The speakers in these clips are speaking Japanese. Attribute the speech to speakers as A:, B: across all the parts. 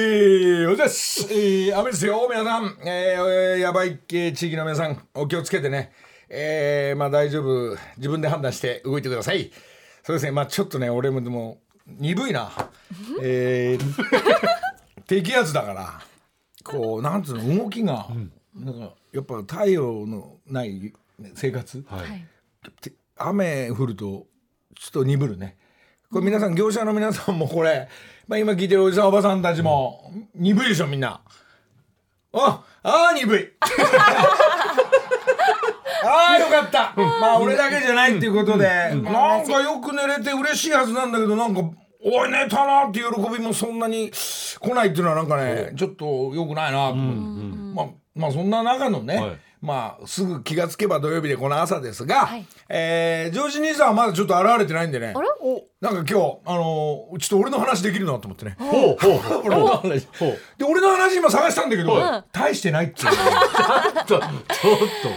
A: です。えー、雨ですよ、皆さん。えー、やばい、えー、地域の皆さん、お気をつけてね。えー、まあ大丈夫。自分で判断して動いてください。そうですね、まあちょっとね、俺もでも、鈍いな。えー、 低気圧だから、こう、なんつうの、動きが、うん、なんか、やっぱ太陽のない生活。はい。雨降ると、ちょっと鈍るね。これ皆さん、業者の皆さんもこれ、まあ今聞いてるおじさんおばさんたちも、鈍いでしょ、みんな。あ、ああ、鈍い。 ああ、よかった。まあ俺だけじゃないっていうことで、なんかよく寝れて嬉しいはずなんだけど、なんか、おい寝たなって喜びもそんなに来ないっていうのはなんかね、ちょっとよくないなと思って。まあ、まあそんな中のね、はいまあ、すぐ気がつけば土曜日でこの朝ですが、はい、えー、ジョージ兄さんはまだちょっと現れてないんでね。なんか今日、あのー、ちょっと俺の話できるなと思ってね。ほうほうほう俺の話。で、俺の話今探したんだけど、大してないっていう。
B: ちょっと、ちょっと。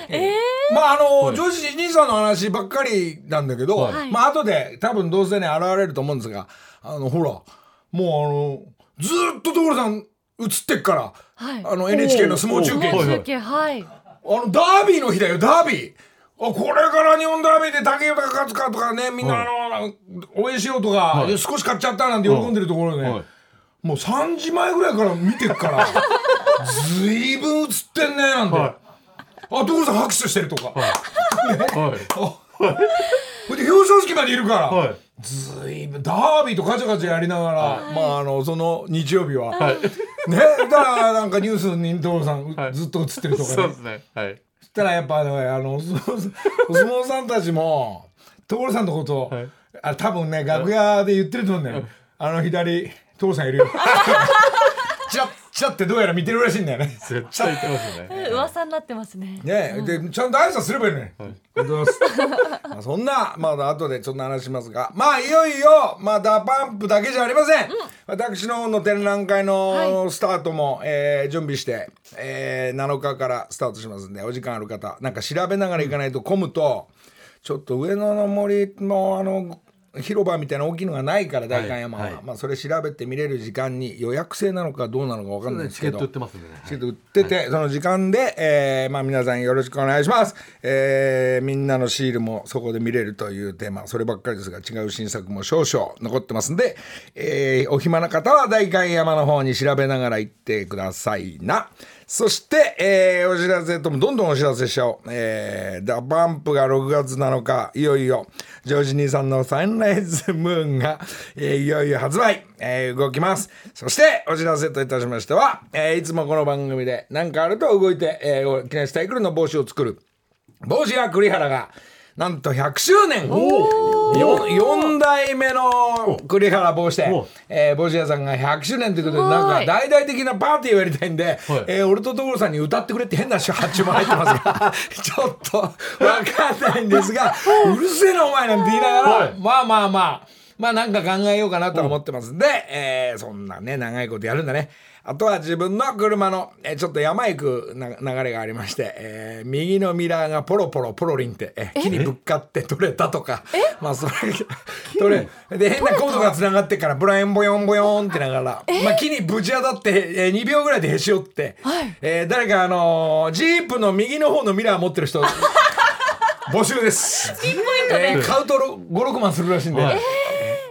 A: えー、まああのー、ジョージ兄さんの話ばっかりなんだけど、はい、まあ後で多分どうせね、現れると思うんですが、あの、ほら、もうあの、ずっと所さん映ってっから、はい、あの NHK の相撲中継。
C: 相撲中継、はい。
A: あの、ダービーの日だよ、ダービー。あ、これから日本ダービーで竹豊勝つかとかね、みんなあの、応援しようとか、少し買っちゃったなんて喜んでるところで、ね、もう3時前ぐらいから見てるから、ずいぶん映ってんね、なんて。あ、所さん拍手してるとか。ほいで表彰式までいるから、ずいぶんダービーとカチャカチャやりながら、まああのその日曜日は、ねだからなんかニュースに所さん、ずっと映ってるとかね
B: そうですねはい
A: そしたらやっぱあのお相撲さんたちも所さんのこと、あ多分ね楽屋で言ってると思うんだよ、あの左所さんいるよ ちらっちらってどうやら見てるらしいんだよね
B: 絶対言ってますね
C: 噂になってますね
A: ねでちゃんと挨拶すればいいね、まあ、そんな、まあ、後でそんな話しますが、まあ、いよいよ、まあ、ダパンプだけじゃありません。うん、私の方の展覧会のスタートも、はい、えー、準備して、えー、7日からスタートしますんで、お時間ある方、なんか調べながら行かないと混むと、ちょっと上野の森の、あの、広場みたいな大きいのがないから代官山は、はいはい、まあ、それ調べて見れる時間に予約制なのかどうなのか分かんないですけど
B: チケット売ってますね
A: チケット売ってて、はい、その時間で、えーまあ、皆さんよろしくお願いします、えー、みんなのシールもそこで見れるというテーマそればっかりですが違う新作も少々残ってますんで、えー、お暇な方は代官山の方に調べながら行ってくださいなそして、えー、お知らせともどんどんお知らせしちゃおう。えー、ダバンプが6月7日、いよいよ、ジョージ兄さんのサンライズムーンが、えー、いよいよ発売、えー、動きます。そして、お知らせといたしましては、えー、いつもこの番組で何かあると動いて、えー、記念したいくるの帽子を作る。帽子は栗原が、なんと100周年 4, 代目の栗原帽子店、えー、帽子屋さんが100周年ということでなんか大々的なパーティーをやりたいんで、はえ俺と所さんに歌ってくれって変な発注も入ってます がちょっと分かんないんですがうるせえなお前なんて言いながら、はい、まあまあまあまあなんか考えようかなと思ってますんで、えー、そんなね長いことやるんだね。あとは自分の車の、えちょっと山行く流れがありまして、えー、右のミラーがポロポロポロリンって、え木にぶっかって取れたとか、まあそれ、取れ、で変なコードが繋がってから、ブラインボヨンボヨンってながら、まあ木にぶち当たって、えー、2秒ぐらいでへし折って、はい、えー、誰かあのー、ジープの右の方のミラー持ってる人、募集です。
C: ピンポイントで、
A: えー、買うと5、6万するらしいんで、はい、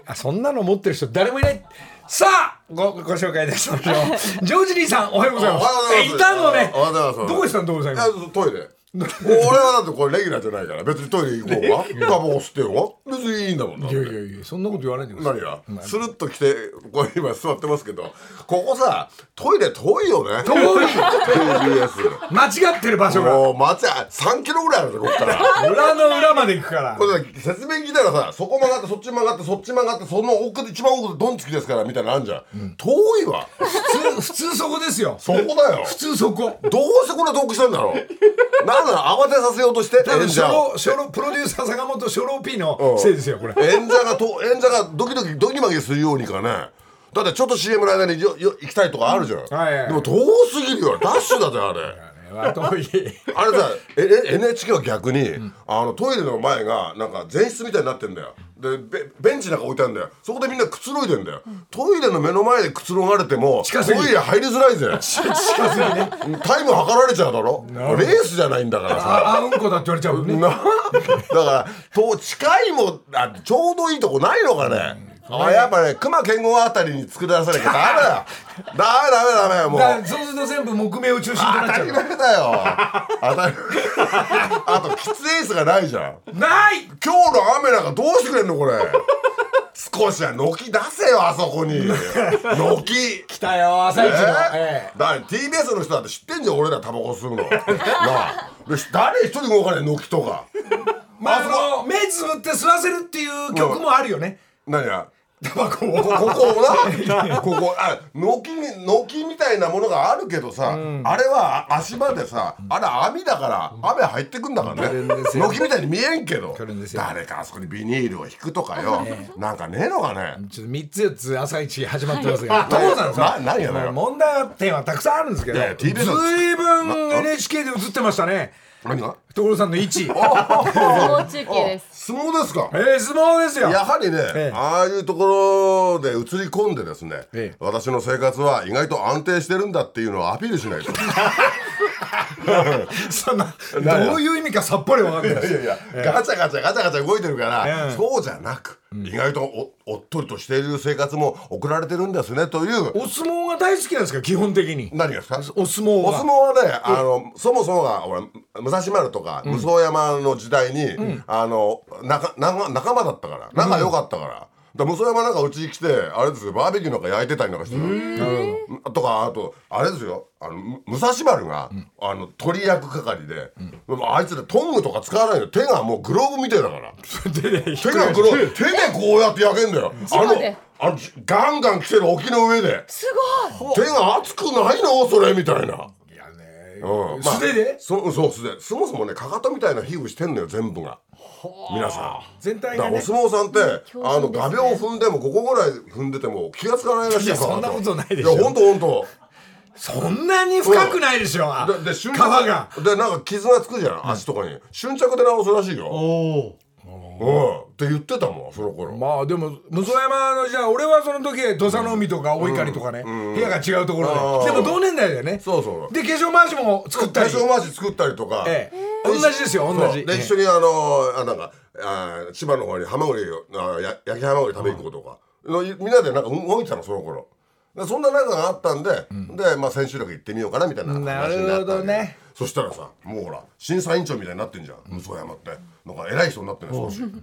A: あ、そんなの持ってる人誰もいない。さあごご紹介いたしましょ う。ジョージ兄さんおはようございます。いたのね。
D: おはようございます。
A: どこしたのどこさん。
D: トイレ。俺はだってこれレギュラーじゃないから別にトイレ行こうがタバコ吸ってよ別にいいんだもん
A: いやいやいやそんなこと言わないでく
D: ださい何がスルッと来てこれ今座ってますけどここさトイレ遠いよね
A: 遠い
D: TBS
A: 間違ってる場所が
D: もう間違3キロぐらいあるぞこっから
A: 裏の裏まで行くから
D: これ説明聞いたらさそこ曲がってそっち曲がってそっち曲がってその奥で一番奥でドンつきですからみたいなのあるじゃん、遠いわ
A: 普通普通そこですよ
D: そこだよ
A: 普通そこ
D: どうしてこんな遠くしてんだろうなんなの慌てさせようとして
A: 演者を初老プロデューサー坂本初老 P のせいで すよこれ
D: 演者がと演者がドキドキドキマギするようにかねだってちょっと CM の間によよ行きたいとかあるじゃん、でも遠すぎるよダッシュだぜあれ
A: あれさ
D: え NHK は逆に、うん、あのトイレの前がなんか前室みたいになってんだよでベベンチなんか置いてあるんだよそこでみんなくつろいでんだよ、トイレの目の前でくつろがれても
A: 近すぎる
D: トイレ入りづらいぜ うんタイム測られちゃうだろレースじゃないんだからさ
A: ああうんこだって言われちゃうもんね
D: な だからと近いもあちょうどいいとこないのかね、あやっぱね熊健吾あたりに作り出さなき ゃダメだよダメダメダメもう
A: だからそうすると全部木目を中心となっ
D: 当
A: ち
D: た
A: ゃ
D: り
A: う
D: 前だよ当たり あと喫煙室がないじゃん
A: ない
D: 今日の雨なんかどうしてくれんのこれ少しは軒出せよあそこに 軒
A: 来たよ朝一の、え
D: えー、だから TBS の人だって知ってんじゃん俺らタバコ吸うの なあで誰一人動かない軒とか
A: えまあ
D: あそ
A: あの目つぶって吸わせるっていう曲もあるよね、
D: 何や
A: タバコ
D: こ
A: を
D: ここ なここあ軒に軒みたいなものがあるけどさ、あれは足場でさあれ網だから雨入ってくんだからね軒みたいに見えんけど
A: 来るんですよ
D: 誰かあそこにビニールを引くとかよ、なんかねえのかね
A: ちょっと3つ4つ朝一始まってますが、どうなんですか
D: な何やねん
A: もう問題点はたくさんあるんですけど
D: いやいや TBS
A: ずいぶん NHK で映ってましたね
D: 何が
A: 所さんの位置
C: 相撲中継です。
D: 相撲ですか
A: えー、相撲ですよ
D: やはりね、
A: ええ
D: ああいうところで映り込んでですね、
A: ええ
D: 私の生活は意外と安定してるんだっていうのをアピールしないとい
A: そんなどういう意味かさっぱりわかんないです
D: やいや、ガチャガチャガチャガチャ動いてるから、
A: ええ
D: そうじゃなく、意外とおおっとりとしている生活も送られてるんですねという
A: お相撲が大好きなんですか基本的に
D: 何がですか
A: お相撲
D: お
A: は
D: 相撲はね、あの、そもそもが、ほら、武蔵丸とか、武双山の時代に、あの、なか、なか、仲間だったから、仲良かったから。だから武双山なんかうちに来て、あれですよ、バーベキューなんか焼いてたりなんかしてた。とか、あと、あれですよ、あの、む武蔵丸が、あの、鳥役係で、あいつらトングとか使わないの、手がもうグローブみてえだから。手がグローブ、手でこうやって焼けんだよ。あ
C: ま
D: の
C: で、
D: あの、ガンガン来てる沖の上で。
C: すごい。
D: 手が熱くないのそれみたいな。
A: いやね
D: うん
A: 素手で
D: そそう素手そもそもねかかとみたいな皮膚してんのよ全部が皆さん
A: 全体
D: だか
A: が
D: らお
A: ね
D: 相撲さんって、
C: 強
D: あの
C: 靭ですね
D: 画鋲を踏んでもここぐらい踏んでても気がつかないらしいよ
A: いやそんなことないでしょ
D: いやほんとほんと
A: そんなに深くないでしょ
D: でで
A: 皮
D: 瞬着
A: が
D: でなんか傷がつくじゃん足とかに、瞬着で治すらしいよ
B: おお。
D: うんって言ってたもんその頃、
A: まあでも武蔵山のじゃあ俺はその時土佐の海とか大碇とかね部屋が違うところで
D: あ
A: でも
D: ー
A: 同年代だよね
D: そうそう
A: で化粧回しも作ったり
D: 化粧回し作ったりとか、
A: ええ同じですよ同
D: そ
A: じ
D: うで一緒にあのあなんかあー千葉の方にハマグリをあや焼きハマグリ食べに行こうとか、のみんなでなんか動いてたのその頃でそんな中があったんで、で、まあ、先週力行ってみようかなみたいな話になったわけ
A: なるほどね
D: そしたらさもうほら審査委員長みたいになってんじゃん武蔵山ってなんか偉い人になってんのその人ね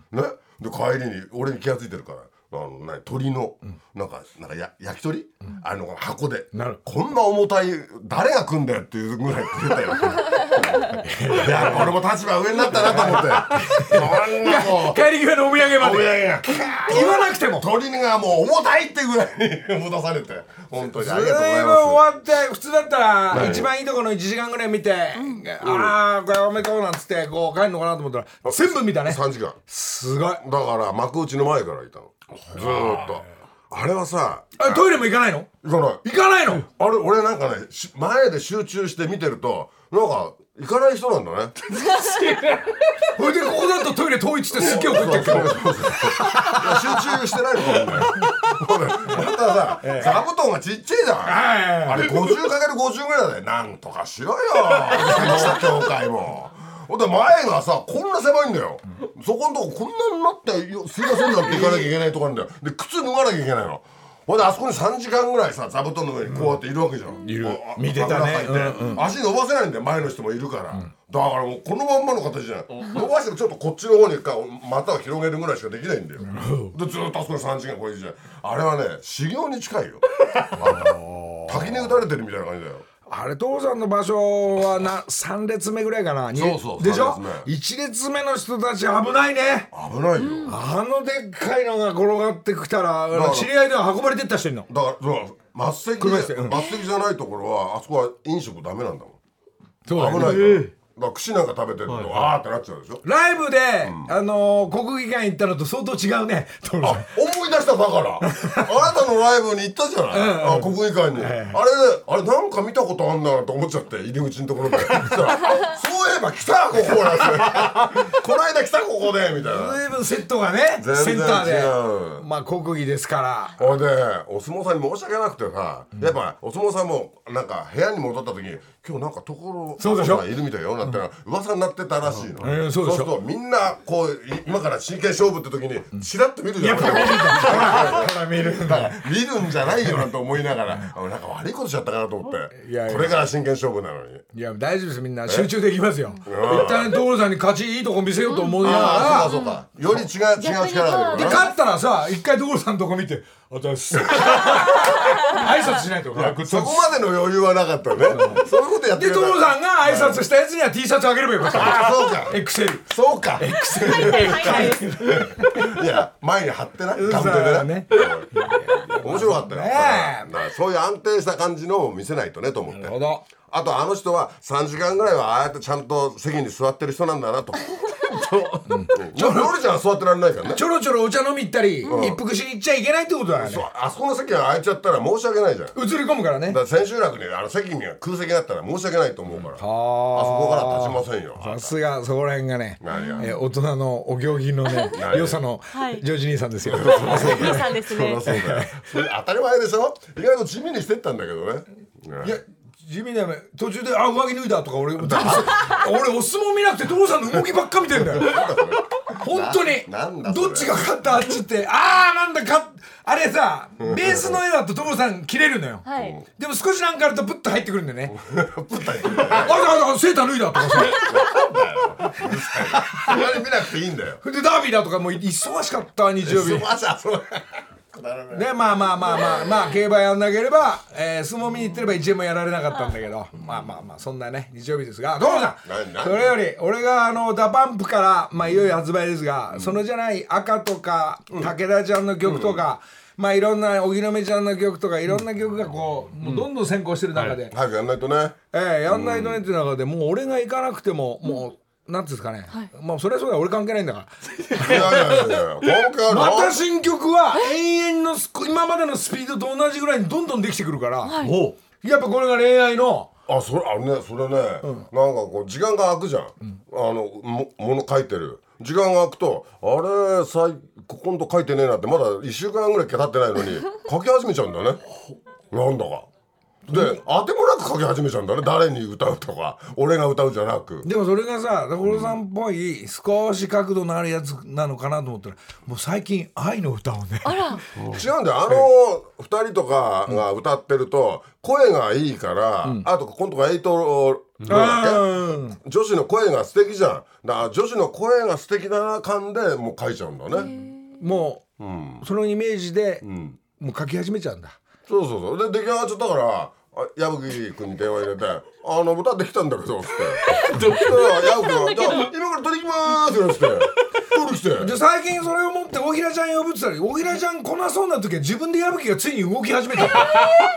D: で帰りに俺に気が付いてるからあの何鳥のなんかなんかや焼き鳥あの箱で
A: なる
D: こんな重たい誰が来んだよっていうぐらい食ってたよいや俺も立場上になったなと思ってそんなもう
A: 帰り際のお土産ま
D: お土
A: で
D: 産が
A: 言わなくても
D: 鳥がもう重たいってぐらいに戻されて本当に
A: ず
D: あ
A: いぶ
D: り
A: ん
D: がとうございます
A: 終わって普通だったら一番いいところの1時間ぐらい見てああこれおめでとうなんつってこう帰るのかなと思ったら全部見たね
D: 3時間
A: すごい
D: だから幕内の前からいたのずーっとあれはさ
A: あトイレも行かないの
D: 行かない
A: 行かないの
D: あれ俺なんかねし前で集中して見てるとなんか行かない人なんだね
A: ほいでここだとトイレ統一ってすっげえ怒ってるけど
D: いや集中してないのかもねもうねまたさ座布団がちっちゃいじゃんあ
A: あ
D: れ 50×50 ぐらいだよなんとかしろよ この協会もほんで前がさこんな狭いんだよそこのとここんなになってよすいませんなんて行かなきゃいけないとこなんだよで靴脱がなきゃいけないのほんであそこに3時間ぐらいさ座布団の上にこうやっているわけじゃん、いる
A: 見てたね
D: 足伸ばせないんだよ前の人もいるから、だからもうこのまんまの形じゃん伸ばしてもちょっとこっちの方にか股を広げるぐらいしかできないんだよでずっとあそこに3時間これじゃんあれはね修行に近いよ滝に打たれてるみたいな感じだよ
A: あれ父さんの場所はな3列目ぐらいかなに
D: そうそう
A: でしょ
D: 三列目
A: 1列目の人たち危ないね
D: 危ないよ
A: あのでっかいのが転がってきたら
D: ら
A: 知り合いでは運ばれてった人いるの
D: だからそう末席で
A: 車椅子うん
D: 末席じゃないところはあそこは飲食ダメなんだもん
A: そ
D: 危ないから,、
B: ええ
D: だから串なんか食べてると、あーってなっちゃうでしょ
A: ライブで、あのー国技館行ったのと相当違うね所さん
D: 思い出しただ からあなたのライブに行ったじゃない、あ国技 館に、あれあれなんか見たことあんだなと思っちゃって入り口のところでそしたらあそういいえば来たここなんですよこの間来たここでみたいな
A: 随分セットがね
D: 全然
A: センター
D: 違
A: で
D: う
A: まあ国技ですから
D: ほいでお相撲さんに申し訳なくてさ、やっぱお相撲さんもなんか部屋に戻った時に今日なんか所
A: そうでしょ
D: がいるみたいよなったら噂になってたらしいの、
A: うんうんそうでしょ
D: するとみんなこうい今から真剣勝負って時にチラッと見るじゃん俺
A: ほら見るん
D: だか
A: だ
D: ら見るんじゃないよなと思いながらあなんか悪いことしちゃったかなと思って
A: いやいや
D: これから真剣勝負なのに
A: いや大丈夫ですみんな集中できますよ一旦所さんに勝ちいいとこ見せようと思いながら
D: ああそうかそうかより違う違う力が出
A: で
D: る
A: 勝ったらさ一回所さんのとこ見て「あたっす」 挨拶しないと
D: なそこまでの余裕はなかったよねそういうことやって
A: で
D: くれた
A: 所さんが挨拶したやつには T シャツあげればよかった
D: あそうか
A: XL
D: そうか
C: はいはい
D: いや前に貼ってない
A: ん
D: タブで
A: ね
D: ね面白かったよ
A: ねえ
D: だからそういう安定した感じのを見せないとねと思って
A: なるほど
D: あとあの人は3時間ぐらいはああやってちゃんと席に座ってる人なんだな とそう料理ちゃんは座ってられないからね
A: ちょろちょろお茶飲み行ったり一服しに行っちゃいけないってことだよね
D: そうあそこの席が空いちゃったら申し訳ないじゃんだか
A: 映り込むからね
D: ら千秋楽にあの席に空席があったら申し訳ないと思うからあそこから立ちませんよ
A: さすがそこら辺がね、え
D: 何が
A: ー大人のお行儀の ね
D: 何が
A: 良さの
C: はい
A: ジョージ兄さんですよ。
C: いいさんです
D: そり
C: ね
D: ゃそうだよそれ当たり前でしょ意外と地味にしてったんだけどね
A: いや地味だよね途中で「あ上着脱いだ」とか俺俺お相撲見なくて父さんの動きばっか見てんだよ本当に
D: なんだそれ
A: どっちが勝ったあっちってあーなんだかあれさベースの絵だと父さん切れるのよ、
C: はい
A: でも少しなんかあるとプッと入ってくるんだよね
D: ぶったい
A: 「
D: て
A: あれだあれセーター脱いだ」とかさ
D: あんまり見なくていい んだよ
A: でダービーだとかもう忙しかった日曜日
D: すませんそのだろうね
A: ねまあまあまあまあまあ競馬やんなければ、えー、相撲見に行ってれば1円もやられなかったんだけどまあまあまあそんなね日曜日ですがどうさ
D: 何
A: ん
D: 何
A: それより俺があのダパンプからまあいよいよ発売ですが、そのじゃない赤とか武田ちゃんの曲とか、まあいろんな荻野目ちゃんの曲とかいろんな曲がこう,、もうどんどん先行してる中で、
D: 早くやんないとね
A: えーやんないとねっていう中でもう俺が行かなくてももうなんていうんですかね、まあそれはそうだよ俺関係ないんだから。
D: いやいやいやいや今回あ る
A: また新曲は永遠のスピ今までのスピードと同じぐらいにどんどんできてくるから、
B: お
A: やっぱこれが恋愛の
D: あそれあれねそれね、なんかこう時間が空くじゃん、あのももの書いてる時間が空くとあれさいここんとこ書いてねえなってまだ1週間ぐらい経ってないの に書き始めちゃうんだねなんだかで当てもなく書き始めちゃうんだね誰に歌うとか俺が歌うじゃなく
A: でもそれがさ所さんっぽい少し角度のあるやつなのかなと思ったらもう最近愛の歌をね
C: あら
D: 違うんだよあの二人とかが歌ってると声がいいから、あと今度がエイトロ
A: うん
D: 女子の声が素敵じゃんだから女子の声が素敵だな感でもう書いちゃうんだね
A: も
D: うん、
A: うそのイメージで
D: うん、
A: もう書き始めちゃうんだ
D: そうそうそうで出来上がっちゃったからあ矢吹君に電話入れて「あの歌できたんだけど」っつって「で矢吹君がじゃあ今から取りに行きます」よっつって取り来て
A: で最近それを持って大平ちゃん呼ぶって言ったら大平ちゃん来なそうな時は自分で矢吹がついに動き始めた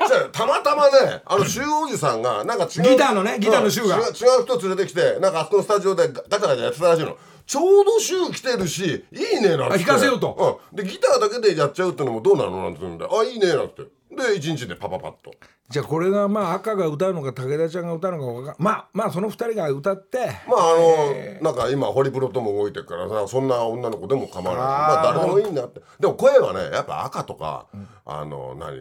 D: じゃあたまたまねあの周おじさんがなんか違う
A: ギターのねギターの周が
D: うん違う違う人連れてきてなんかあそこのスタジオでガチャガチャやってたらしいのちょうど周来てるしいいねなんて
A: あ弾かせようと、
D: うん、でギターだけでやっちゃうってのもどうなのなんて言うんであいいねなんてで一日でパパパッと
A: じゃあこれがまあ赤が歌うのか武田ちゃんが歌うのかわかんまあまあその二人が歌って
D: まああの、なんか今ホリプロとも動いてるからさそんな女の子でも構わないしまあ誰でもいいんだってでも声はねやっぱ赤とか、あの何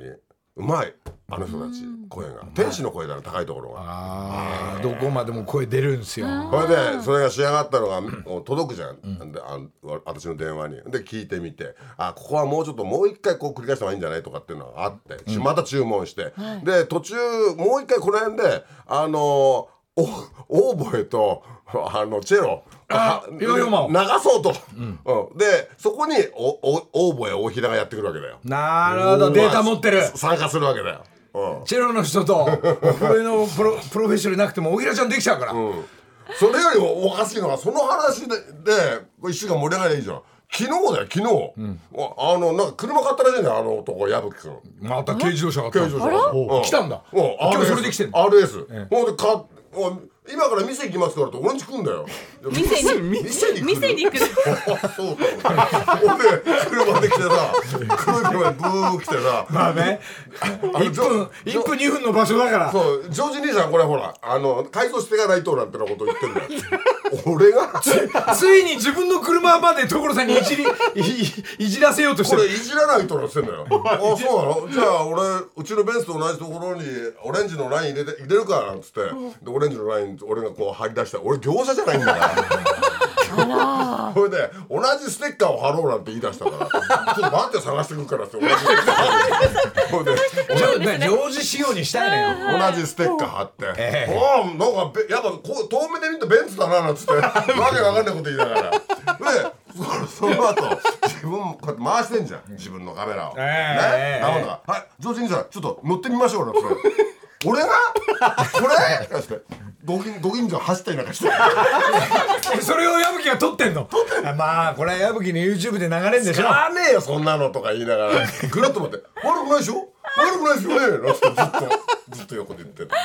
D: うまいあの人たち声が天使の声だね高いところが。
A: あーどこまでも声出るんですよ。
D: それでそれが仕上がったのがもう届くじゃん、であわ私の電話にで聞いてみてあここはもうちょっともう一回こう繰り返した方がいいんじゃないとかっていうのがあって、ちまた注文して、で途中もう一回この辺であのおオーボエとあのチェロ
A: あ
D: は
A: ヨーヨーマンを
D: 流そうと、うんでそこにおおオーボエ大平がやってくるわけだよ
A: なるほどデータ持ってる。
D: 参加するわけだよ、うん、
A: チェロの人と俺のプロプロフェッショナルなくても大平ちゃんできちゃうから。
D: それよりもおかしいのがその話ででこれ一週間盛り上がりゃいいじゃん昨日だよ昨日、ああのなんか車買ったらしいんだよあの男矢吹君
A: また軽自動車が
D: 軽自動車が
A: おう来たんだ
D: う
A: 今日
D: RS
A: それで来てんの
D: RS、ほんで買っおい今から店行きますからって俺んち来んだよ
C: 店に
D: 店に来る
C: 店に来る
D: あそうだ俺車で来てさ黒い車でがブー来てさ
A: まあね
D: あの
A: 1
D: ジョ
A: 分1分2分の場所だから
D: そうジョージ兄さんこれほらあの改造していかないとなんてなこと言ってるんだよ俺が
A: ついに自分の車まで所さんにい じりいいじらせようとして
D: これ
A: る
D: いじらないとなってんだよ あそうなのじゃあ俺うちのベンツと同じところにオレンジのライン入れて入れるからなんつってでオレンジのライン俺がこう貼り出して俺業者じゃないんだからそれで同じステッカーを貼ろうなんて言い出したからちょっと待って探してくるからっつって同じステッカーそれで
A: ジョねジョージ仕様にしたいのよ
D: 同じステッカー貼って、おーなんかべやっぱこう遠目で見るとベンツだななん つってわけわかんないこと言いながらでそその後自分もこうやって回してんじゃん自分のカメラを、
A: ええ
D: ねなものが「はいジョージ兄さんちょっと乗ってみましょう」なんつって「俺がこれ?」なんつってご近ご近所走ったりなんかして
A: えそれを矢吹が撮ってんのあまあこれは矢吹の YouTube で流れるんでしょ
D: あねえよそんなのとか言いながらぐるっと待って「悪くないでしょ悪くないですよね」なんつってずっとずっと横で言ってた。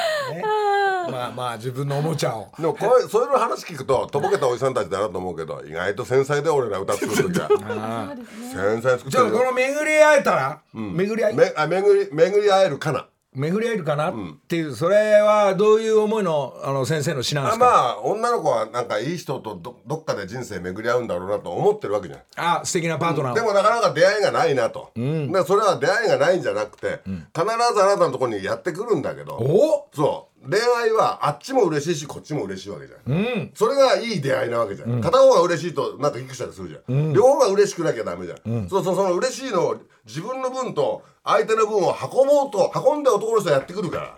A: まあまあ自分のおもちゃを
D: でもこういうそういうの話聞くととぼけたおじさんたちだなと思うけど意外と繊細で俺ら歌作る 時は繊細作って
A: じゃあ
D: る
A: こ
D: よ
A: の巡り会えたら、巡り会
D: めあ巡り巡り会えるかな
A: 巡り会えるかなっていう、それはどういう思いのあの先生の詩なんで
D: あ
A: すか
D: まあ女の子はなんかいい人とどどっかで人生巡り合うんだろうなと思ってるわけじゃん
A: あ素敵なパートナーを、
D: でもなかなか出会いがないなと、だからそれは出会いがないんじゃなくて、必ずあなたのところにやってくるんだけど
A: お
D: そう恋愛はあっちも嬉しいしこっちも嬉しいわけじゃん、それがいい出会いなわけじゃん、片方が嬉しいとなんかギクシャクするじゃん、両方が嬉しくなきゃダメじゃん、そうそうその嬉しいのを自分の分と相手の分を運ぼうと運んで男の人はやってくるから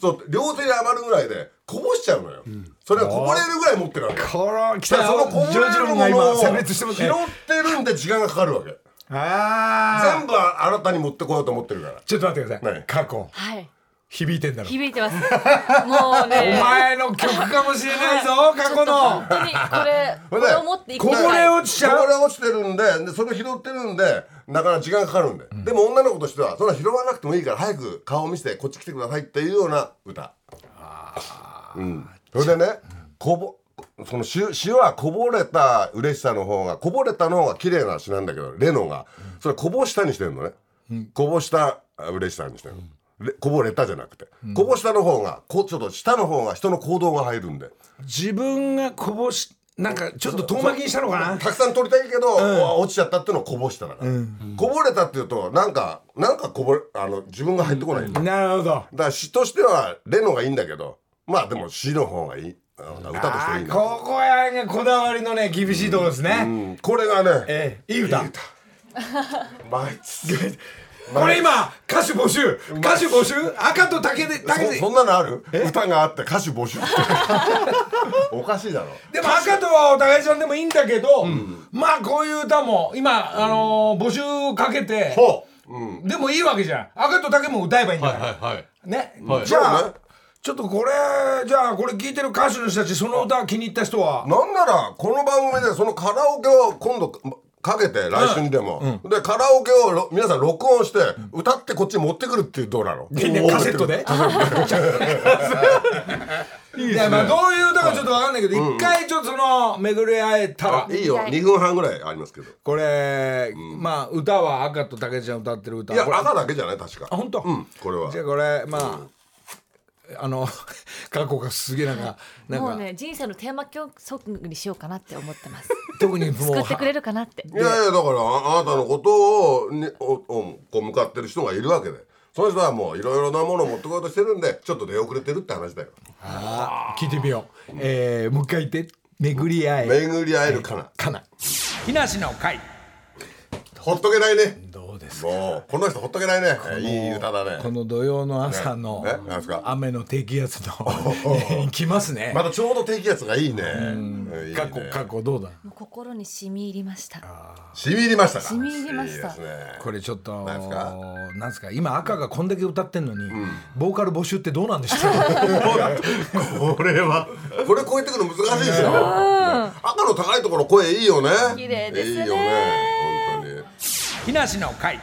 D: そう両手に余るぐらいでこぼしちゃうのよ、それがこぼれるぐらい持ってるわけ
A: こら来
D: だか
A: た
D: らそのこぼれ
A: ジョージ
D: る
A: ロ
D: も
A: ンが
D: の
A: 今
D: を
A: 炸裂してます
D: 拾
A: ね
D: ってるんで時間がかかるわけ
A: あ
D: 全
A: あ
D: 部はあなたに持ってこようと思ってるから
A: ちょっと待ってください、
D: ね
A: 過去
C: はい。
A: 響いてんだろ
C: 響い てます。もう
A: お
C: ね。
A: 前の曲かもしれない ぞ、過去
C: ちょっと
A: の
C: 本当に これ
D: ほ
C: こ
D: んで
C: れを持っていく
A: こぼれ落ちちゃ
D: こ
A: う
D: れ落ちてるんででそれ拾ってるんでなかなか時間かかるんで、でも女の子としてはそんな拾わなくてもいいから早く顔を見せてこっち来てくださいっていうような歌うん、それでねこぼその詩詩はこぼれた嬉しさの方がこぼれたの方が綺麗な詩なんだけどレノがそれこぼしたにしてるのね、こぼした嬉しさにしてるの、れこぼれたじゃなくて、こぼしたの方がこちょっと下の方が人の行動が入るんで
A: 自分がこぼしなんかちょっと遠巻きにしたのかな
D: たくさん取りたいけど、落ちちゃったっていうのをこぼしただから、こぼれたっていうとなんかなんかこぼれあの自分が入ってこない、だか
A: なるほど
D: ら詩としてはレノがいいんだけどまあでも詩の方がいいあの歌としていいな
A: あーここやがこだわりのね厳しいところですね、
D: うんこれがね
A: ええいい歌
D: 毎 月
A: これ今歌手募集歌手募集赤と竹で竹
D: そ
A: で
D: そんなのある歌があって歌手 募集っておかしいだろ
A: でも赤とはお互いさんでもいいんだけど、まあこういう歌も今、あのー募集をかけて、
D: ほう、うん、
A: でもいいわけじゃん赤と竹も歌えばいいんだ
B: は
A: か
B: い
A: ら、
B: はいはい。
A: ね、
B: はい
A: じゃあ、
D: そうね
A: ちょっとこれじゃあこれ聞いてる歌手の人たちその歌気に入った人は
D: なんならこの番組でそのカラオケを今度かけて来週にでも、でカラオケをろ皆さん録音して歌ってこっちに持ってくるっていうどうなの
A: みんなカセットで いやまあどういう歌かちょっとわかんないけど一、回ちょっとその巡り会えたら
D: あいいよ2分半ぐらいありますけど
A: これ、まあ歌は赤と竹ちゃん歌ってる歌
D: いや
A: これ
D: 赤だけじゃない確か
A: あ本当、
D: うんこれは
A: じゃあこれまあ、あの 過去がすげえなんかなん
C: もう
A: か、
C: ね人生のテーマ曲ソングにしようかなって思ってます。
A: 特にもう
C: 作ってくれるかなって。
D: いやいやだからああなたのことをにおおこう向かってる人がいるわけでその人はもういろいろなものを持ってこようとしてるんでちょっと出遅れてるって話だよ
A: あー聞いてみよう、えー、もう一回言って巡り会え
D: 巡り会えるかな
A: かな木梨の会
D: ほっとけないね
A: どうですか
D: もうこの人ほっとけないねいい歌だ
A: こ
D: ね
A: の土曜の朝の
D: ねなんですか
A: 雨の低気圧の 来ますね
D: またちょうど低気圧がいいねうんいいね
A: 過去過去どうだ
C: もう心に染み入りました。
D: 染み入りましたか
C: 染み入りました
D: いいですね
A: これちょっと
D: なんすか
A: なんすか今赤がこんだけ歌ってんのに、ボーカル募集ってどうなんでしょう
B: これは。
D: これ超えてくるの難しいですよ赤の高いところ声いいよね
C: 綺麗ですね
D: いいよね本当に
A: 木梨の会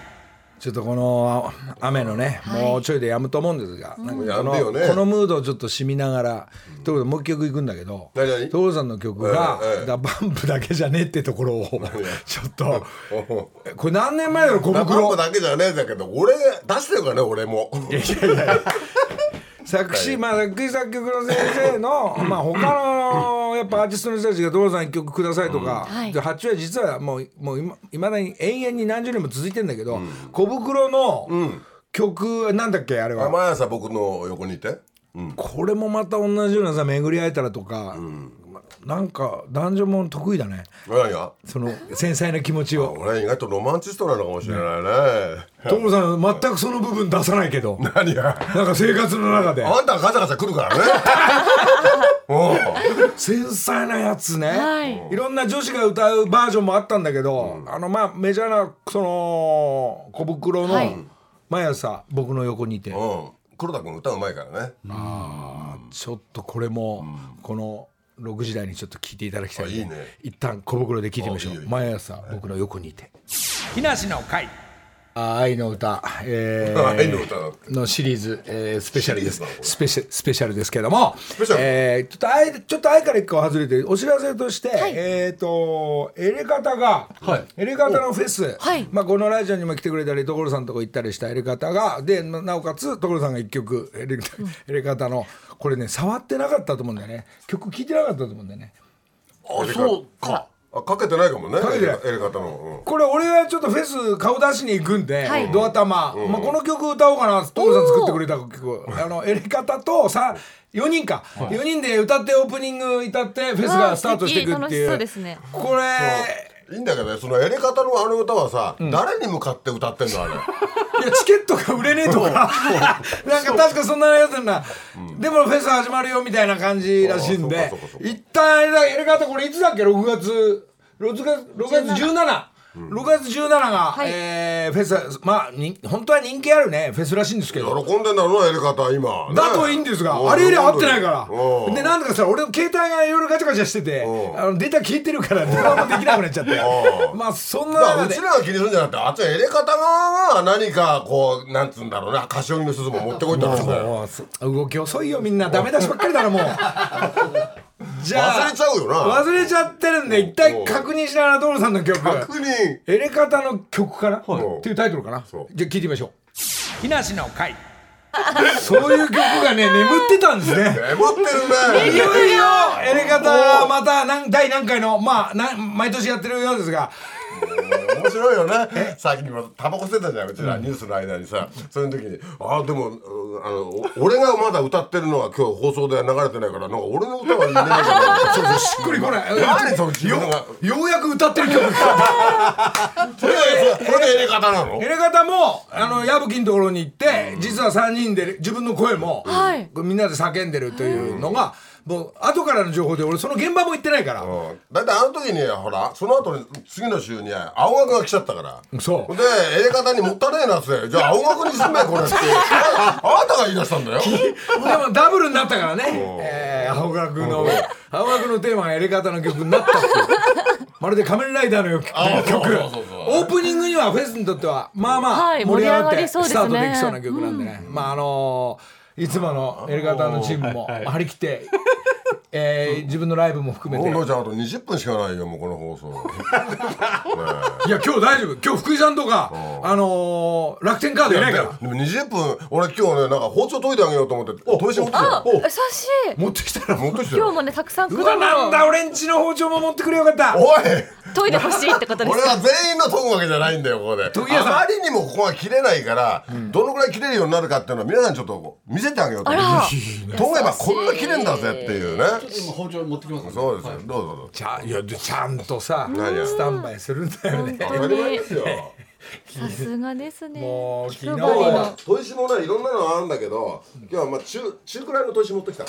A: ちょっとこの雨のね、もうちょいでやむと思うんですが、なんかこの
D: やむよね
A: このムードをちょっと染みながら、ということでもう一曲いくんだけど
D: 何々
A: 所さんの曲が
D: えええ
A: 「
D: え
A: ダバンプだけじゃねえってところをちょっ と
D: おう
A: これ何年前の小
D: ラパンプ
A: 袋
D: だけじゃねえんだけど俺出してるからね俺も
A: 作詞、まあ、作詞作曲の先生 の、まあ、他のやっぱアーティストの人たちが「所さん一曲ください」とか、
C: はい
A: で八は実はもうもう今いまだに延々に何十年も続いてんだけど、小袋の曲、なんだっけあれは。
D: 毎朝僕の横にいて
A: これもまた同じようなさ巡り会えたらとか、まなんか男女もん得意だね
D: 何が
A: その繊細な気持ちを
D: 俺意外とロマンチストなのかもしれないね
A: 所さん全くその部分出さないけど
D: 何が
A: なんか生活の中で
D: あんたがガチャガチャ来るからねおう
A: 繊細なやつね、
C: はい
A: い、ろんな女子が歌うバージョンもあったんだけど、あのまあメジャーなその小袋
C: は
A: の
C: い
A: 毎朝僕の横にいて、
D: うん黒田君歌うまいからね
A: ちょっとこれもこの6時台にちょっと聞いていただきたいんで
D: あいいね
A: 一旦小袋で聞いてみましょう
D: あいいよいいよ
A: 毎朝僕の横にいて「日梨の会」あー愛の歌、えー
D: 愛の歌だって
A: のシリーズ、えースペシャルです
D: シリーズだこれ
A: スペシャスペシャルですけども
D: ペシャル
A: えーちょっと愛ちょっと愛から一個外れてお知らせとして、
C: い
A: えっ、とエレカタが、エレカタのフェス、
C: はい
A: まあ、このラジオにも来てくれたり所さんのとこ行ったりしたエレカタがでななおかつ所さんが一曲エレ,、エレカタのこれね触ってなかったと思うんだよね曲聴いてなかったと思うんだよね
D: あそうかあかけてないかもね
A: かけてない
D: エレカタの
A: これ俺はちょっとフェス顔出しに行くんで、
C: はい
A: ドア玉、まあ、この曲歌おうかな所さん作ってくれた曲あのエレカタとさ4人か、4人で歌ってオープニング歌ってフェス
C: わ
A: が
C: あ
A: スタートしていくってい
C: 素
A: う
C: 敵楽しそうですね
A: これ
D: うんいいんだけどねそのエレカタのあの歌はさ誰に向かって歌ってんのあれ
A: いやチケットが売れねえとかなんか確かそんなやつな、でもフェス始まるよみたいな感じらしいん
D: あ
A: で
D: ーそうかそうかそうか
A: 一旦あれだエレカタこれいつだっけ6月6月6月17 6月17が、
C: はい
A: えーフェスまあに本当は人気あるねフェスらしいんですけど
D: 喜んでんだろうなエレカタ今ね
A: だといいんです
D: う
A: が、あれより合ってないか
D: う
A: ら。
D: ん
A: で、なんとかさ、俺の携帯がいろいろガチャガチャしてて、
D: うん
A: あのデータ消えてるから、電話もできなくなっちゃって
D: う。ん
A: まあ、そんな
D: だか
A: 中
D: らう
A: で
D: ち。らが気にするんじゃなくてあっちはエレカタ側が何かこうなんつうんだろうな柏木の鈴も持ってこいって話だよ
A: もうそ動き遅いよみんなダメ出しばっかりだな もうじ
D: 忘れちゃうよな
A: 忘れちゃってるんで一
D: う
A: 体
D: ん
A: 確認しながらドロさんの曲
D: 確認
A: エレカタの曲かな、
D: い
A: っていうタイトルかなじゃ
D: そう
A: あ聞いてみましょう「日梨の会」そういう曲がね眠ってたん ですね
D: え持ってる
A: い
D: ね
A: よいよエレガタまた何第何回のまあな毎年やってるようですが
D: 面白いよね最近もタバコ吸ってたじゃんうちらニュースの間にさその時にああでもうんあのお俺がまだ歌ってるのは今日放送では流れてないからなんか俺の歌は言えないから
A: そうそうしっくりこない
D: 何その自
A: よ
D: 分 が
A: ようやく歌ってる曲
D: それがそれでエレカタなの
A: エレガタもあの矢吹のところに行って実は3人で自分の声も
C: はい
A: みんなで叫んでるというのがもう後からの情報で俺その現場も行ってないから
D: うんだってあの時にほらその後に次の週に青学が来ちゃったから
A: そう
D: でエレカタにもったいないなっつってじゃあ青学に住め これってああなたが言い出したんだよ
A: でもダブルになったからね、えー、青学の青学のテーマがエレガタの曲になったっていうまるで仮面ライダーのよ曲
D: あそうそうそうそう
A: オープニングにはフェスにとってはまあまあ
C: はい
A: 盛り上が
C: 盛り上
A: っ
C: が
A: て
C: りそうで
A: ス
C: すね
A: タートできそうな曲なんでね、まああのーいつものエレガタのチームも張り切って、えー自分のライブも含めて
D: もうちゃんあと20分しかないよもうこの放送ね
A: いや今日大丈夫今日福井さんとかあのー楽天カードいないから
D: でも20分俺今日ねなんか包丁研いであげようと思って砥石持ってきた
C: あ
D: よ、
C: 優しい
A: 持ってきたら
D: 持ってきた
C: 今日
D: よ
C: もねたくさん果
A: うわなんだ俺んちの包丁も持ってくれよかった
D: おい
C: 研いでほしいってことで
D: 俺
C: す
D: は全員の研ぐわけじゃないんだよここで
A: 研ぎ屋さん
D: あまりにもここが切れないから、どのくらい切れるようになるかっていうのは皆さんにちょっとこう見せてあげようと思
C: あら
D: って研げばこんな切れんだぜっていうね
B: 今包丁持ってきます
D: そうですよ、どうぞどうぞ
A: ちゃいやでちゃんとさ
D: 何や
A: スタンバイするんだよね
D: 当たり前ですよ
C: さすがですね
A: もう
C: 気配り
A: 昨日
C: の
A: は
D: 砥石もねいろんなのあるんだけど今日はまあ中中くらいの砥石持ってきた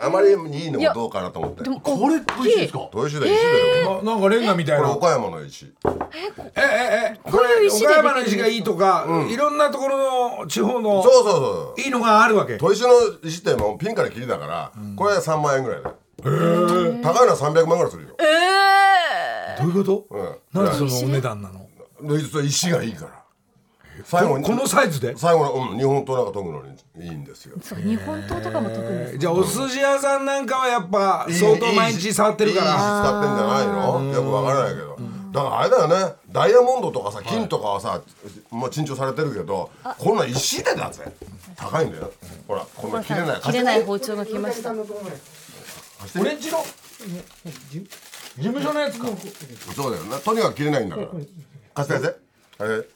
D: あまりにいいのもどうかなと思って
C: でも
B: これ美味しいですか
D: 砥石で石だよ、
A: ななんかレンガみたい
D: これ
A: な
D: 岡山の石
A: えええこ
C: ういう
A: れ
C: 石で
A: 岡山の石がいいとか、いろんなところの地方の
D: そうそうそう
A: いいのがあるわけ
D: 砥石の石ってもうピンからキリだから、これは3万円ぐらいだよ高いのは300万ぐらいするよ、
C: ええ
A: どういうこと、
D: う
A: なんでそのお値段なの
D: ん、で実は石がいいから
A: え
D: 最後
A: こ
D: に
A: このサイズで
D: 最後の、うん、日本刀なんか研ぐのにいいんですよ
C: そう日本刀とかも特にですね
A: じゃあお寿司屋さんなんかはやっぱ相当毎日触ってるか
D: いい石
A: ら
D: 使ってんじゃないのよくわからないけどだからあれだよねダイヤモンドとかさ金とかはさもう珍重されてるけどこんな石でだぜ高いんだよほらこんな切れない
C: 切れない包丁が来ました
A: オレンジの事務所のやつか
D: そうだよなとにかく切れないんだから貸してあげてえ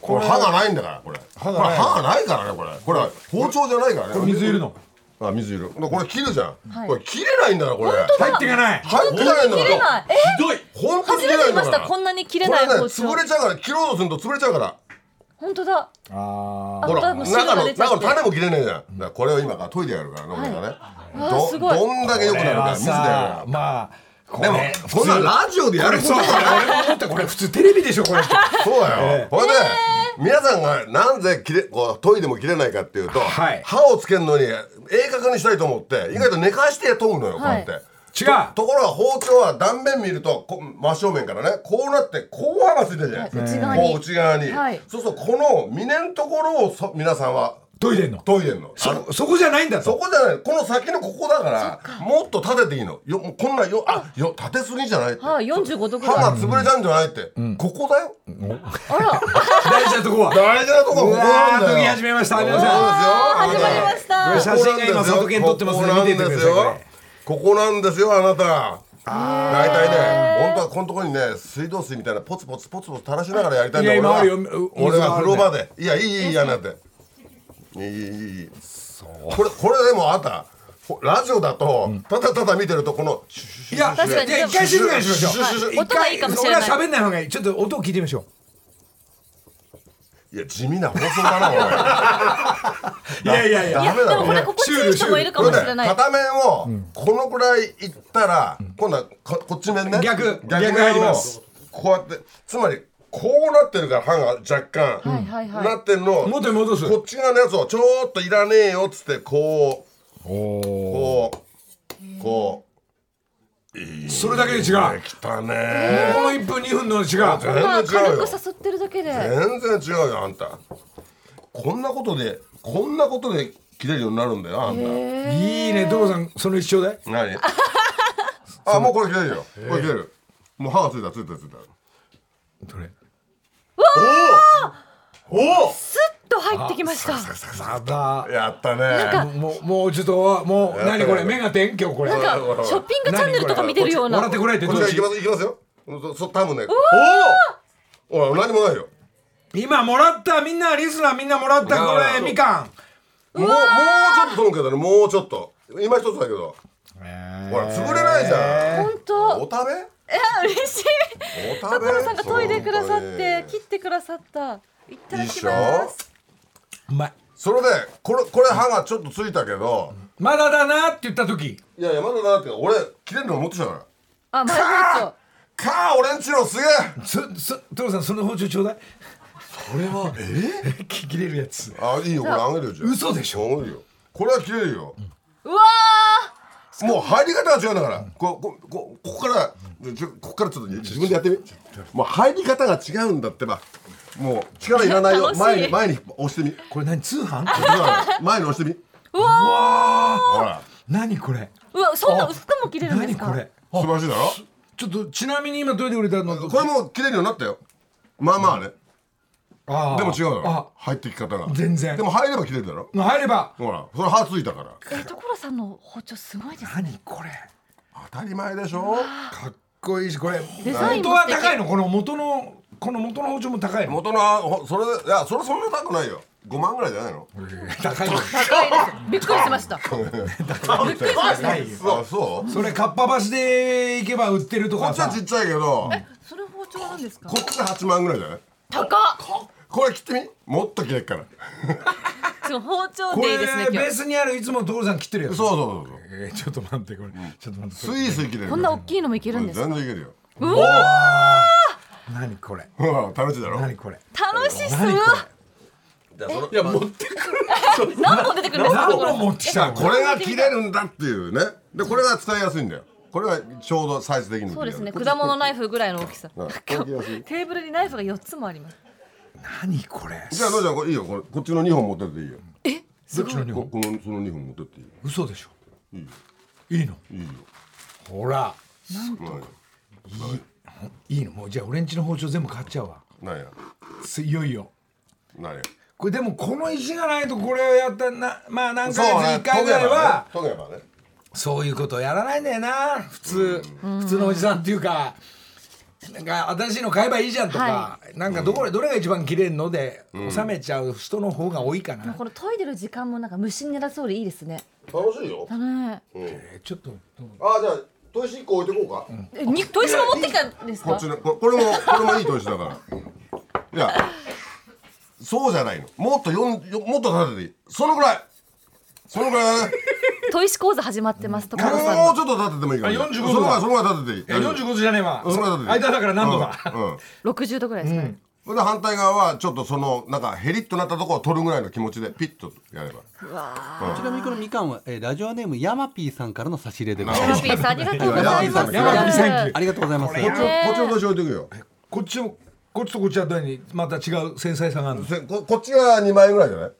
D: これ歯がないんだからこれ
A: 歯
D: 歯
A: が
D: が
A: ない
D: 歯がないからねこれこれ包丁じゃないからねこ
A: 水いるの
D: あ水いるこれ切るじゃん、これ切れないんだからこれ
A: 入っていかない
D: 入ってないん
C: 切
D: だか
C: れ
D: ら
C: ないえ
B: ひどい
D: 本当に
C: 初
D: 切
C: め
D: れ
C: て
D: ない
C: 見
D: んだ
C: ま
D: か
C: し
D: ら
C: たこんなに切れ
D: こ
C: な
D: れ
C: い
D: ね
C: 包丁
D: 潰れちゃうから切ろうとすると潰れちゃうから
C: 本当だ
A: あ
C: あ
D: ほら
C: 多分汁
D: 中
C: が
D: の
C: 出ちゃ
D: 中
C: っ
D: の
C: て
D: 種も切れないじゃんだからこれを今から研いでやるからね俺がね
C: わあすごい
D: どどんだけ良くなるか
A: あ
D: 水だよ
A: さあまあ
D: でもこんなラジオでやること
A: そう
D: だ
A: 俺
D: から
A: も思ったこれ普通テレビでしょこれ って
D: そうだよ。これね、皆さんがなぜ切れこう研いでも切れないかっていうと、
A: はい
D: 歯をつけるのに鋭角にしたいと思って、意外と寝かして研ぐのよ、こうやって。
C: はい
A: 違う
D: とところが包丁は断面見るとこ真正面からねこうなってこう刃がついてるじゃな
C: は
D: い、
C: い内側に
D: こう内側に、
C: はい
D: そうするとこの峰のところをそ皆さんは
A: トイレの
D: 研いでんのあの
A: そそこじゃないんだ
D: そ
A: と
D: こじゃないこの先のここだからもっと立てていいのよもうこんなよあよ立てすぎじゃないって、
C: はい45度ぐ
D: 歯
C: らい
D: が潰れちゃうんじゃないって、ここだよ
C: あら
A: 大事なとこは
D: 大事なとここ
A: う
D: こな
A: わ
D: んだ
A: ー
D: よ
A: 研ぎ始めました皆
D: そう
A: さん
D: です
C: 始
D: よ
C: まりました
A: これ写真が今佐藤健撮ってますね見ていてくださいこれ
D: ここなんですよあなた大体ね本当はこのとこにね水道水みたいなポツポツポツポツ垂らしながらやりたいんだ
A: いや
D: 俺
A: 今
D: は
A: あるよう水
D: 俺は風
A: が
D: 呂場でいやいいいいいいやなっていいいいいいこれこれでもあなたほラジオだとただただ見てるとこのシュッシュッシュッ
A: いや
C: 確かに
A: いや一回静かにしましょう
D: シュッシュッシュッシュッ
C: 音
A: 一
C: が
A: 回
C: いいかもしれない
A: 俺は喋んない方がいいちょっと音を聞いてみましょ
D: いや地味な放送だなお
A: ういやいやいや
D: ダ
C: いや
D: メだ
C: で
D: ろ
C: もこれここついる人もいるかも
D: 前
C: しれない
D: 片面をこのくらいいったら今度はここっち面ね
A: 逆
D: 面を
A: 逆入ります
D: こうやってつまりこうなってるから歯が若干
C: はいはいはい
D: なってるのを
A: 元に戻す
D: こっち側のやつをちょっといらねえよっつってこうこうこ
A: それだけで違う
D: う
A: こ
D: ねきたね
A: の1分2分の違う
C: まあ
D: 全然違
C: 軽
D: う
C: く
D: よ
C: 誘ってるだけで
D: 全然違うよあんたこんなことでこんなことで切れるようになるんだよあんた
A: いいね所さんその一生で
D: 何あもうこれ切れるよこれ切れるもう歯がついたついたついた
A: どれ
D: おお
C: スッと入ってきました
A: まだ
D: やったね
C: なん
A: もうもうちょっともう何これ目が点今日これ
C: なんか
D: ほらほら
C: ショッピングチャンネルとか見てるような
A: 笑ってこられて
D: こ
A: ど
D: っち
A: う
D: ら行
A: し
D: きます行きますよそそ多分ねおおおい何もないよ
A: 今もらったみんなリスナーみんなもらったこれみかん
D: もうもうちょっと取るけどねもうちょっと今一つだけどほら潰れないじゃん
C: 本当
D: お食べ
C: いや嬉しい
D: お食べ
C: 所さんが研いでくださって切ってくださったいただ
D: いいっ
C: き
D: しょ
C: ます
A: うまい
D: それでこれこれ歯がちょっとついたけど
A: まだだなって言った時
D: いやいやまだだなって俺切れるの持ってきたから
C: あ前包
D: かあ俺んちのすげえ
A: すす所さんその包丁ちょうだい
D: これはえ
A: 切切れるやつ
D: あいいよこれあげるよじゃあ
A: 嘘でしょ
D: あげるよこれは切れるよ
C: 丁うわ
D: もう入り方が違うんだから、こここここからちょここからちょっと自分でやってみもう入り方が違うんだってばもう力いらないよ
C: 楽しい
D: 前に前に押してみ
A: これ何通販
D: 前に押してみ
C: ーうわ
D: ほら
A: 何これ
C: ーうわそんな
A: あ
C: 薄くも切れるんで
A: 何
C: す
A: こ
C: か
A: れ
D: 素晴らしいだろ
A: ちょっとちなみに今研いでくれたの
D: これもう切れるようになったよまあまあね
A: あー
D: でも違うよ
A: あ
D: 入ってき方が
A: 全然
D: でも入れば切れるだろ
A: 入れば
D: ほらそれ歯ついたから
C: え所さんの包丁すごいですね
A: 何これ
D: 当たり前でしょ
A: かっこいいしこれ
C: デザイン
A: 元
C: も
A: は
C: 素敵
A: 高いのこの元のこの元の包丁も高いの
D: 元のほそれいやそれそんな高くないよ5万ぐらいじゃない の
A: 高いの
C: 高いですびっくりしましたびっくりしました
A: 高いよ
D: そうそう
A: それかっぱ橋で行けば売ってると
D: こ
A: か
D: っちは
A: さ
D: ちっちゃいけど
C: それ包丁なんですか
D: こっちは8万ぐらいじゃない
C: 高っ
D: これ切ってみもっと切れっから
C: その包丁
A: こ
C: でい
A: れ
C: いですね
A: ベ
C: 今
A: ー
C: 日
A: スにあるいつも所さん切ってるやつ
D: そうそうそう
A: えーちょっと待ってこれちょっと待
D: そ
A: っ
D: う
A: て
D: スイスイ切れる
C: こんな大きいのもいけるんです
D: 全然いけるよ
A: 何これ
D: ほら楽しいだろ
A: 何これ
C: 楽しそう
A: 何こ
B: いや持ってくる
C: 何本出てくるんで
A: れ
C: すか
A: 何
C: 所さ
A: 本
C: ん
A: 持ってきたのこ
D: これが切れるんだっていうねでこれが伝えやすいんだよこれがちょうどサイズ的に
C: そうですね
D: こ
C: 果物ナイフぐらいの大きさ
D: れこれ切りやすい
C: テーブルにナイフが四つもあります
A: 何これ
D: じゃあどうじゃんこれいいよこれこっちの2本持ってっていいよ
C: えす
A: どっ
C: ごい
A: ちの日
D: こ
A: 本
D: このその2本持ってっていいよ
A: 嘘でしょいいの
D: いいよ
A: ほら
D: ま
A: いいのもうじゃあ俺んちの包丁全部買っちゃうわ
D: あなんや
A: すいよいよ
D: なんや
A: これでもこの石がないとこれをやったなまあ何
D: そ
A: ヶ
D: う
A: 月に1回ぐらいは
D: 研げばね
A: そういうことやらないんだよな普通普通のおじさんっていうかなんか新しいの買えばいいじゃんとか
C: は
A: なんかどこどれが一番切れんので収めちゃう人の方が多いか
C: でも
A: な
C: この研いでる時間もなんか無心にならそうでいいですね
D: 研げばね楽しいよ
C: だね
A: えーちょっと
D: あじゃあ砥石1個置いてこうか、
C: えに砥石も持ってきたんです
D: こ
C: か
D: っちのここれもこれもいい砥石だからいやそうじゃないのもっとよんよもっと立てていいそのぐらいそのぐらいだね
C: 砥石講座始まってますとかさん
D: もうちょっと立ててもいいから、ね、
A: あ45度
D: そのぐらいそのぐらい立てていい大丈夫
A: 45度じゃねえわ
D: そのぐらい立てていい
A: 間だから何度だ
D: うん、うん
C: 60度ぐらいですかね、
D: それで反対側はちょっとそのなんかヘリッとなったところを取るぐらいの気持ちでピッとやれば
C: うわ
E: ちなみにこのみかんは、えーラジオネームヤマピーさんからの差し入れでござ
C: ー
E: い
C: ヤ
E: ま
C: マ
E: す
C: ピーさんありがとうございます
D: ヤマ
A: ピーさん
E: ありがとうございます
D: こっちのこっちの年置いていくよ
A: こっちをこっちとこっちはどうにまた違う繊細さがあるの
D: せここっちが2枚ぐらいじゃない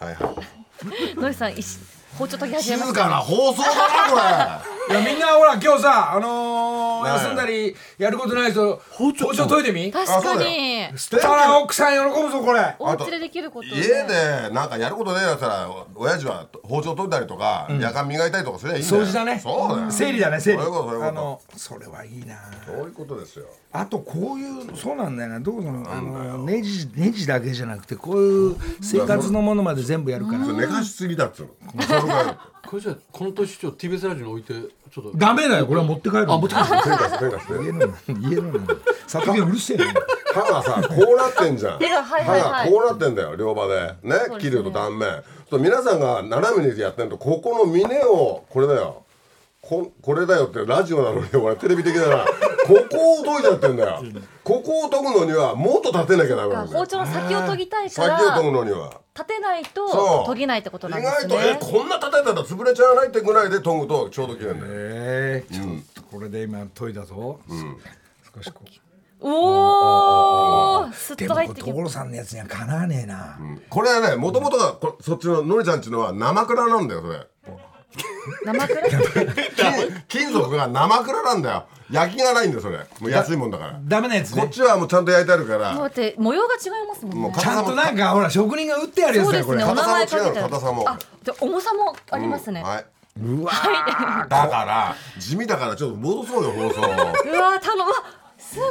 D: うんはいはい
C: ノイさん石包丁研ぎ始めま
D: 静
C: し
D: かな放送だなこ
A: いやみんなほら今日さあのー
D: はい
A: 休んだりやることない人包丁研いでみ
C: た
D: あ
C: 確
D: そ
C: か
D: うだ
C: に
A: したら奥さん喜ぶぞこれ
C: お家でできること
D: れ
C: ね
D: 家でなんかやることねえやったらお親父は包丁取ったりとか、やかん磨いたりとかすればいいんだよ
A: 掃除だね
D: そうだよ
A: 整理だね整理
D: そういうことそういうこと
A: あのそれはいいな
D: そういうことですよ
A: あとこういうそうなんだよなどうぞあのネジネジだけじゃなくてこういう生活のものまで全部やるから
D: それ寝かしすぎだっつうのそれぐらいだって
B: これじゃあこの年ちょっと TBS ラジオに置いてちょっと
A: ダメだよこれは持って帰るあ持って帰る
D: 手貸して手貸して
A: 家の家の佐藤君うるせえよ
D: 歯がさこうなってんじゃん
C: 手がはいはいはい
D: 歯がこうなってんだよ両刃でね
C: ね
D: 切ると断面そう皆さんが斜めにやってるとここの峰をこれだよここれだよってラジオなのに俺テレビ的だなここを研いじゃってんだよここを研ぐのにはもっと立てなきゃダメ
C: な
D: なんん
C: か
D: だよ
C: 包丁の先を研ぎたいか
D: 先
C: ら
D: を研ぐのには
C: 立てない
D: そ
C: と
D: う
C: 研ぎないってこと
D: 意
C: なんです
D: 外
C: ね
D: とえこんな叩いたら潰れちゃわないってぐらいで研ぐとちょうど切れるんだよ
A: ええちょっとこれで今研いだぞ少しこう
C: おおすっ
A: で
C: と
A: も
C: 入
A: こ
C: っ
A: れ
C: てきま
A: 所さんのやつにはかなわねえな
D: これはねもともとがこそっちののりちゃんちのは生蔵なんだよそれ
C: 生クラ
D: 金金属が生蔵なんだよ焼きがないんだよそれもう安いもんだから
A: ダメなやつ
D: こ
A: ね
D: っちはもうちゃんと焼いてあるから
C: だって模様が違いますもん
D: もう
C: ね
D: か
A: ちゃんとなんかほら職人が打ってやるや
C: そ
A: つ
C: うで
A: だよ
C: す
A: こ
C: ね
A: れ
C: お名前
D: 硬さも違う
C: 書いてある
D: 硬さも
C: あじゃあ重さもありますね、
D: はい、
A: うわ
D: だから地味だからちょっと戻そうよ放送、 ね、
C: うわー頼むわすごい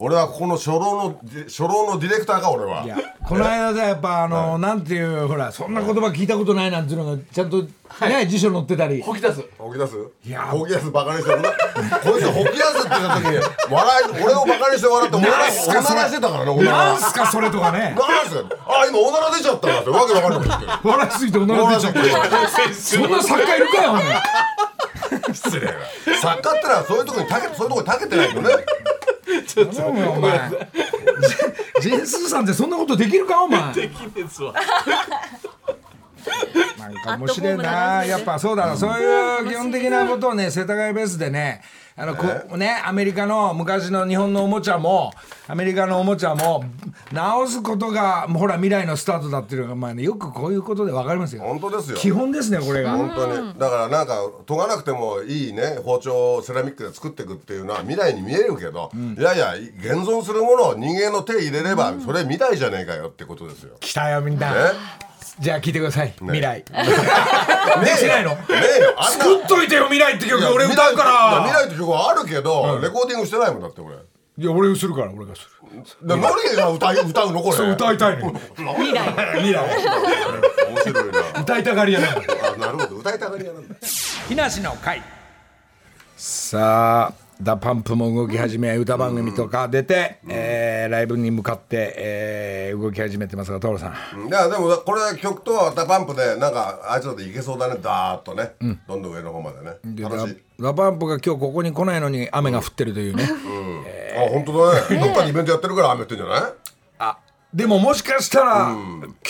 D: 俺はここの初老のディ初老のディレクターか俺はい
A: やこの間さやっぱあの、なんていうほらそんな言葉聞いたことないなんていうのがちゃんとね、辞書載ってたり
B: 吐き出す
D: ほき出す
A: いや
D: ほき出すバカにして俺こいつほき出すって言った時に笑い俺をバカにして笑っておならおならしてたからねおな
A: な
D: ら
A: んすかそれとかね
D: なんすかあ今おなら出ちゃったなってわけわかんないこと 言ってる
A: 笑いすぎておな
D: おな
A: ら
D: ら
A: 出
D: し
A: ち
D: ち
A: ゃ
D: ゃっ
A: ったたそんな作家いるかよお前
D: 失礼な作家ってのはそういうとこにたけそういうとこにたけてないとね
A: 頼むよお前ジェンスーさんってそんなことできるかお前なんか面白いなやっぱそうだな、そういう基本的なことをね世田谷ベースでねあのこねアメリカの昔の日本のおもちゃもアメリカのおもちゃも直すことがもうほら未来のスタートだっていうのがまあねよくこういうことでわかりますよ
D: 本当ですよ
A: 基本ですねこれが
D: 本当にだからなんか研がなくてもいいね包丁をセラミックで作っていくっていうのは未来に見えるけど、いやいや現存するものを人間の手入れればそれ未来じゃねえかよってことですよ。ね
A: 来たよみんなじゃあ聞いてください未来 できないの
D: えよあんな
A: 作っといてよ未来って曲俺歌うか
D: いや
A: ら
D: 未来って曲はあるけど、レコーディングしてないもんだって俺。
A: いや俺するから俺がする
D: でノリが歌い歌うのこれ。
A: そう歌いたいのよ
D: 未来。
A: 未来
D: 面白いな。
A: 歌いたがりやな
D: あなるほど歌いたがり屋なんだ。
A: 日梨の会さあダパンプも動き始め、歌番組とか出て、えーライブに向かって、えー動き始めてますが徹さん
D: いやでもこれ曲とはダパンプでなんかあいつらでいけそうだねダーッとね、どんどん上の方までね
A: で
D: 楽しい。
A: ダダパンプが今日ここに来ないのに雨が降ってるというね、
D: あ本当だね。どっかでイベントやってるから雨降ってんじゃない？
A: あでももしかしたら、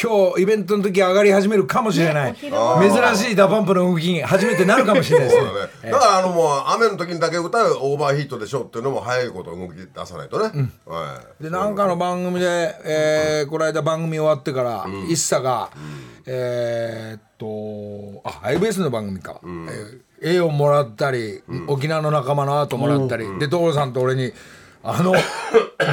A: 今日イベントの時上がり始めるかもしれな
C: ね
A: い、
C: お
A: 珍
C: 昼は
A: しいダパンプの動きに初めてなるかもしれないです
D: そ
A: ね
D: うだね。だからあのもう雨の時にだけ歌うオーバーヒートでしょっていうのも早いこと動き出さないとね。はい。
A: でなんかの番組で、えーこの間番組終わってから、一茶が、えーっとあ IBS の番組か、えー絵をもらったり、沖縄の仲間のアートもらったり、で所さんと俺にあ の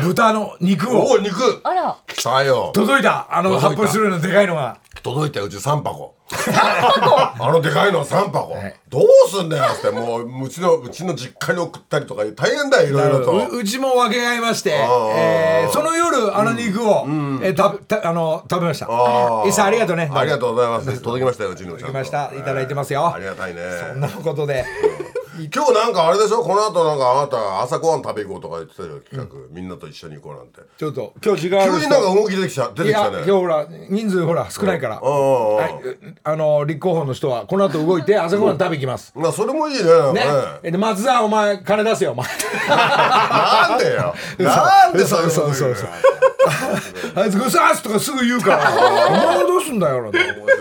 A: 豚の肉
D: おお
A: を
D: 肉
C: あら
D: 来たよ。
A: 届いたあの発泡するのでかいのが
D: 届いたようち3箱あのでかいのは3箱、
A: はい
D: どうすんだよってもううちのうちの実家に送ったりとかいう大変だよいろいろと
A: ううちも分け合いまして、
D: あ
A: えーその夜あの肉を、えー食べたあの食べました
D: あー
A: 一茶ありがとうね
D: ありがとうございます届きましたようちにもちゃん
A: い
D: と
A: ましたいただいてます
D: え
A: よ
D: ーありがたいね
A: そんなことで
D: 今日なんかあれでしょこの後なんかあなた朝ごはん食べ行こうとか言ってたよ企画、みんなと一緒に行こうなんて
A: ちょっと今日時間ある
D: 急に
A: 人
D: なんか動き出てきた出
A: い
D: てき
A: や
D: た
A: 今
D: ね
A: 日ほら人数ほら少ないから、
D: うん
A: はいあの立候補の人はこの後動いて朝ごはん食べ行きます、
D: まあそれもいいねなんか
A: ね
D: ね、
A: で松田お前金出せよお前
D: なんで よなんでそういうこと
A: 嘘
D: 言うの
A: 嘘嘘あいつ「グサース」とかすぐ言うから「お前はどうすんだよ」なんて
D: 面白いな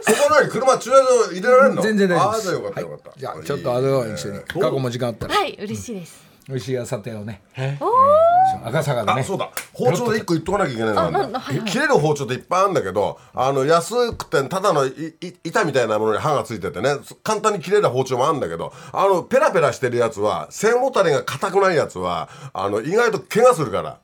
D: そこなに車駐車場入れられるの
A: 全然大丈
D: あ
A: 夫
D: あ
A: で
D: じ
A: す
D: ゃあよかったよかった、
A: じゃあちょっとあれを一緒に過去も時間あったら
C: はい嬉しいです
A: 美味しい朝亭をね赤坂でね
D: あそうだ包丁で一個言っとかなきゃいけない
C: あな
D: の
C: んだ
D: が
C: はいはい
D: 切れる包丁っていっぱいあるんだけどあの安くてただのいい板みたいなものに刃がついててね簡単に切れる包丁もあるんだけどあのペラペラしてるやつは背もたれが硬くないやつはあの意外と怪我するから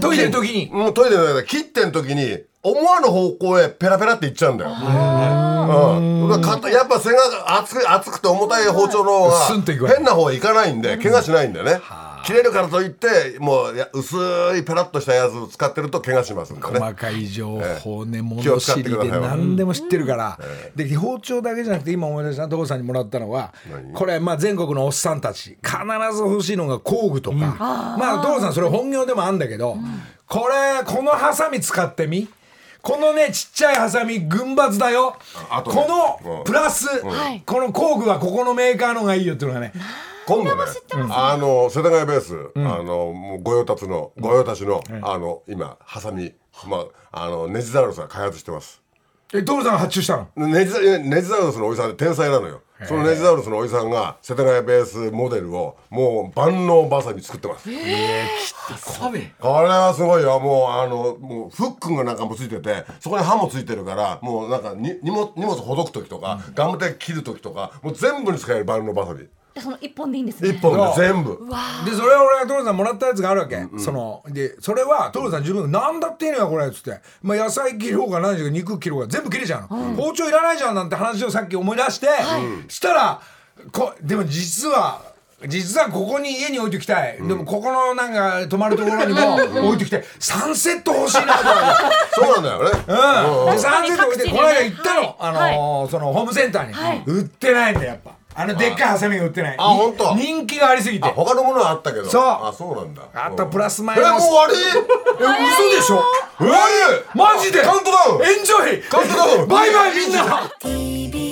A: トイレの時に
D: もうトイレの間切ってん時に思わぬ方向へペラペラっていっちゃうんだよ。うん、だからかやっぱ背が厚く厚くて重たい包丁の方
A: スンといくわ
D: が変な方へ行かないんで怪我しないんだよね。切れるからといってもうや薄いペラッとしたやつを使ってると怪我しますんでね。
A: 細かい情報ね、
D: 気
A: 物
D: を使
A: 知
D: って
A: り
D: くださ
A: で
D: い
A: 何でも知ってるから、で包丁だけじゃなくて今思い出した父さんにもらったのはこれまあ全国のおっさんたち必ず欲しいのが工具とか、まあ父さんそれ本業でもあるんだけど、これこのハサミ使ってみこのねちっちゃいハサミ群抜だよ、
D: ああとね
A: こ
D: う
A: の
D: ん
A: プラス、
C: はい
A: この工具はここのメーカーのがいいよっていうのがね
D: 今度ねあの世田谷ベース、あのもう御用達の御用達の、あの今ハサミ、まあ、あのネジザウルスが開発してます。
A: え父さんが発注したの
D: ネジえネジザウルスのおじさんって天才なのよそのネジザウルスのおじさんが世田谷ベースモデルをもう万能バサミ作ってますこ
B: サビ
D: れはすごいよもうあのもうフックがなんかもついててそこに刃もついてるからもうなんかに荷物荷物ほどく時とか、ガムテ切る時とかもう全部に使える万能バサミ
C: その一本でいいんですね
D: 一本で全部
A: でそれは俺が所さんもらったやつがあるわけ、そのでそれは所さん自分が何だっていいのよこれっつって、まあ、野菜切ろうが何しろうが肉切ろうが全部切れちゃうの、包丁いらないじゃんなんて話をさっき思い出して、したらこでも実は実はここに家に置いておきたい、でもここのなんか泊まるところにも置いておきたい3セット欲しいなと思って。
D: そうなんだよね、
A: うん、
C: 確
A: で
C: かに
A: 3セット置
C: 各
A: いて
C: 地でね
A: この間行ったの、
C: はい
A: あのーそのホームセンターに、
C: はい
A: 売ってないんだやっぱあのでっかいハサミが売ってない
D: あ
A: に
D: ほんと
A: 人気がありすぎて
D: あ他のものはあったけど
A: そう
D: あそうなんだ
A: あとプラスマ
D: え
A: イ
D: も
A: ナ
D: う
A: ス
D: 終わり
A: え嘘でしょ
D: 終わり
A: マジで
D: カウントダウン
A: エンジョイ
D: カウントダウン
A: バイバイみんな
F: TBS